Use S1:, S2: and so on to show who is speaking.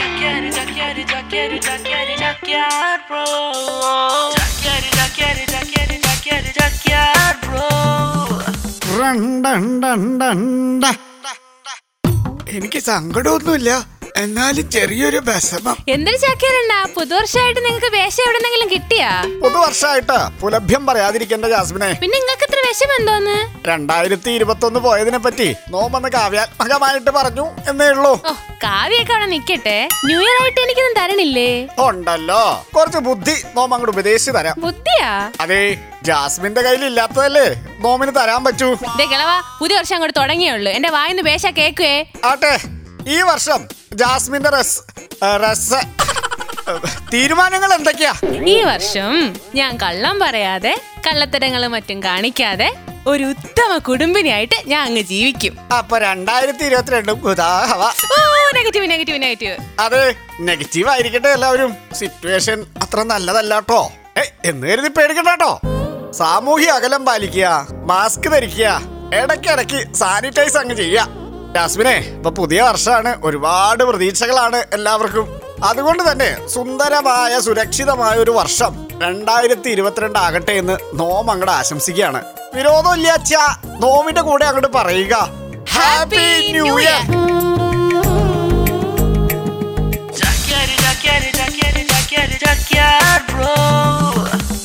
S1: Jackeri, jackeri, jackeri, jackeri, jackyard, bro. Jackeri, jackeri, jackeri, jackeri, jackyard, bro.
S2: റണ്ടണ്ടണ്ടണ്ട. എനിക്ക് സങ്കടമൊന്നുമില്ല എന്നാലും ചെറിയൊരു വിഷമം
S3: എന്തൊരു ചാക്കേരണ്ണ പുതുവർഷമായിട്ട് നിങ്ങൾക്ക് വേഷം എവിടെന്നെങ്കിലും കിട്ടിയാ
S2: പുതുവർഷമായിട്ട് പുലഭ്യം പറയാതിരിക്കേണ്ട ജാസ്മിനെ
S3: പിന്നെ നിങ്ങൾക്ക് ഇത്ര വിഷം എന്തോന്ന്
S2: രണ്ടായിരത്തി ഇരുപത്തൊന്ന് പോയതിനെ പറ്റി നോമ്പെന്ന് കാവ്യാത്മകമായിട്ട് പറഞ്ഞു എന്നേ ഉള്ളൂ
S3: ഓ കാവ്യൊക്കെ അവിടെ നിക്കട്ടെ ന്യൂ ഇയർ ആയിട്ട് എനിക്കൊന്നും തരണില്ലേ
S2: ഉണ്ടല്ലോ കുറച്ച് ബുദ്ധി നോമ്പ് അങ്ങോട്ട് ഉപദേശിച്ച് തരാം
S3: ബുദ്ധിയാ
S2: അതെ ജാസ്മിന്റെ കയ്യിൽ ഇല്ലാത്തതല്ലേ നോമിന് തരാൻ പറ്റൂ
S3: ദേ കിളവാ പുതിയ വർഷം അങ്ങോട്ട് തുടങ്ങിയുള്ളൂ എന്റെ വായിന്ന് വേഷ കേക്കുവേ
S2: ആട്ടെ ഈ വർഷം ജാസ്മിന്റെ റസ് ആ, റസ് തീരുമാനങ്ങൾ എന്തൊക്കെയാ
S3: ഈ വർഷം ഞാൻ കള്ളം പറയാതെ കള്ളത്തരങ്ങളും മറ്റും കാണിക്കാതെ ഒരു ഉത്തമ കുടുംബിനിയായിട്ട് ഞാൻ അങ്ങ് ജീവിക്കും
S2: അപ്പൊ രണ്ടായിരത്തി ഇരുപത്തിരണ്ടും ഉദാഹവ
S3: ഓ നെഗറ്റീവ് നെഗറ്റീവ് നെഗറ്റീവ്
S2: അതെ നെഗറ്റീവ് ആയിരിക്കട്ടെ എല്ലാവരും സിറ്റുവേഷൻ അത്ര നല്ലതല്ലാട്ടോ ഏ, എന്ന് കരുതി പേടിക്കണ്ടാട്ടോ സാമൂഹ്യ അകലം പാലിക്കുക മാസ്ക് ധരിക്കുക ഇടയ്ക്കിടയ്ക്ക് സാനിറ്റൈസ് അങ്ങ് ചെയ്യുക ജാസ്മിനെ ഇപ്പൊ പുതിയ വർഷമാണ് ഒരുപാട് പ്രതീക്ഷകളാണ് എല്ലാവർക്കും അതുകൊണ്ട് തന്നെ സുന്ദരമായ സുരക്ഷിതമായ ഒരു വർഷം രണ്ടായിരത്തി ഇരുപത്തിരണ്ട് ആകട്ടെ എന്ന് നോം അങ്ങോട്ട് ആശംസിക്കുകയാണ് വിരോധമില്ലാച്ച നോമിന്റെ കൂടെ അങ്ങോട്ട് പറയുക happy new year
S1: Jackeri, jackeri, jackeri, jackeri, jackyard, bro.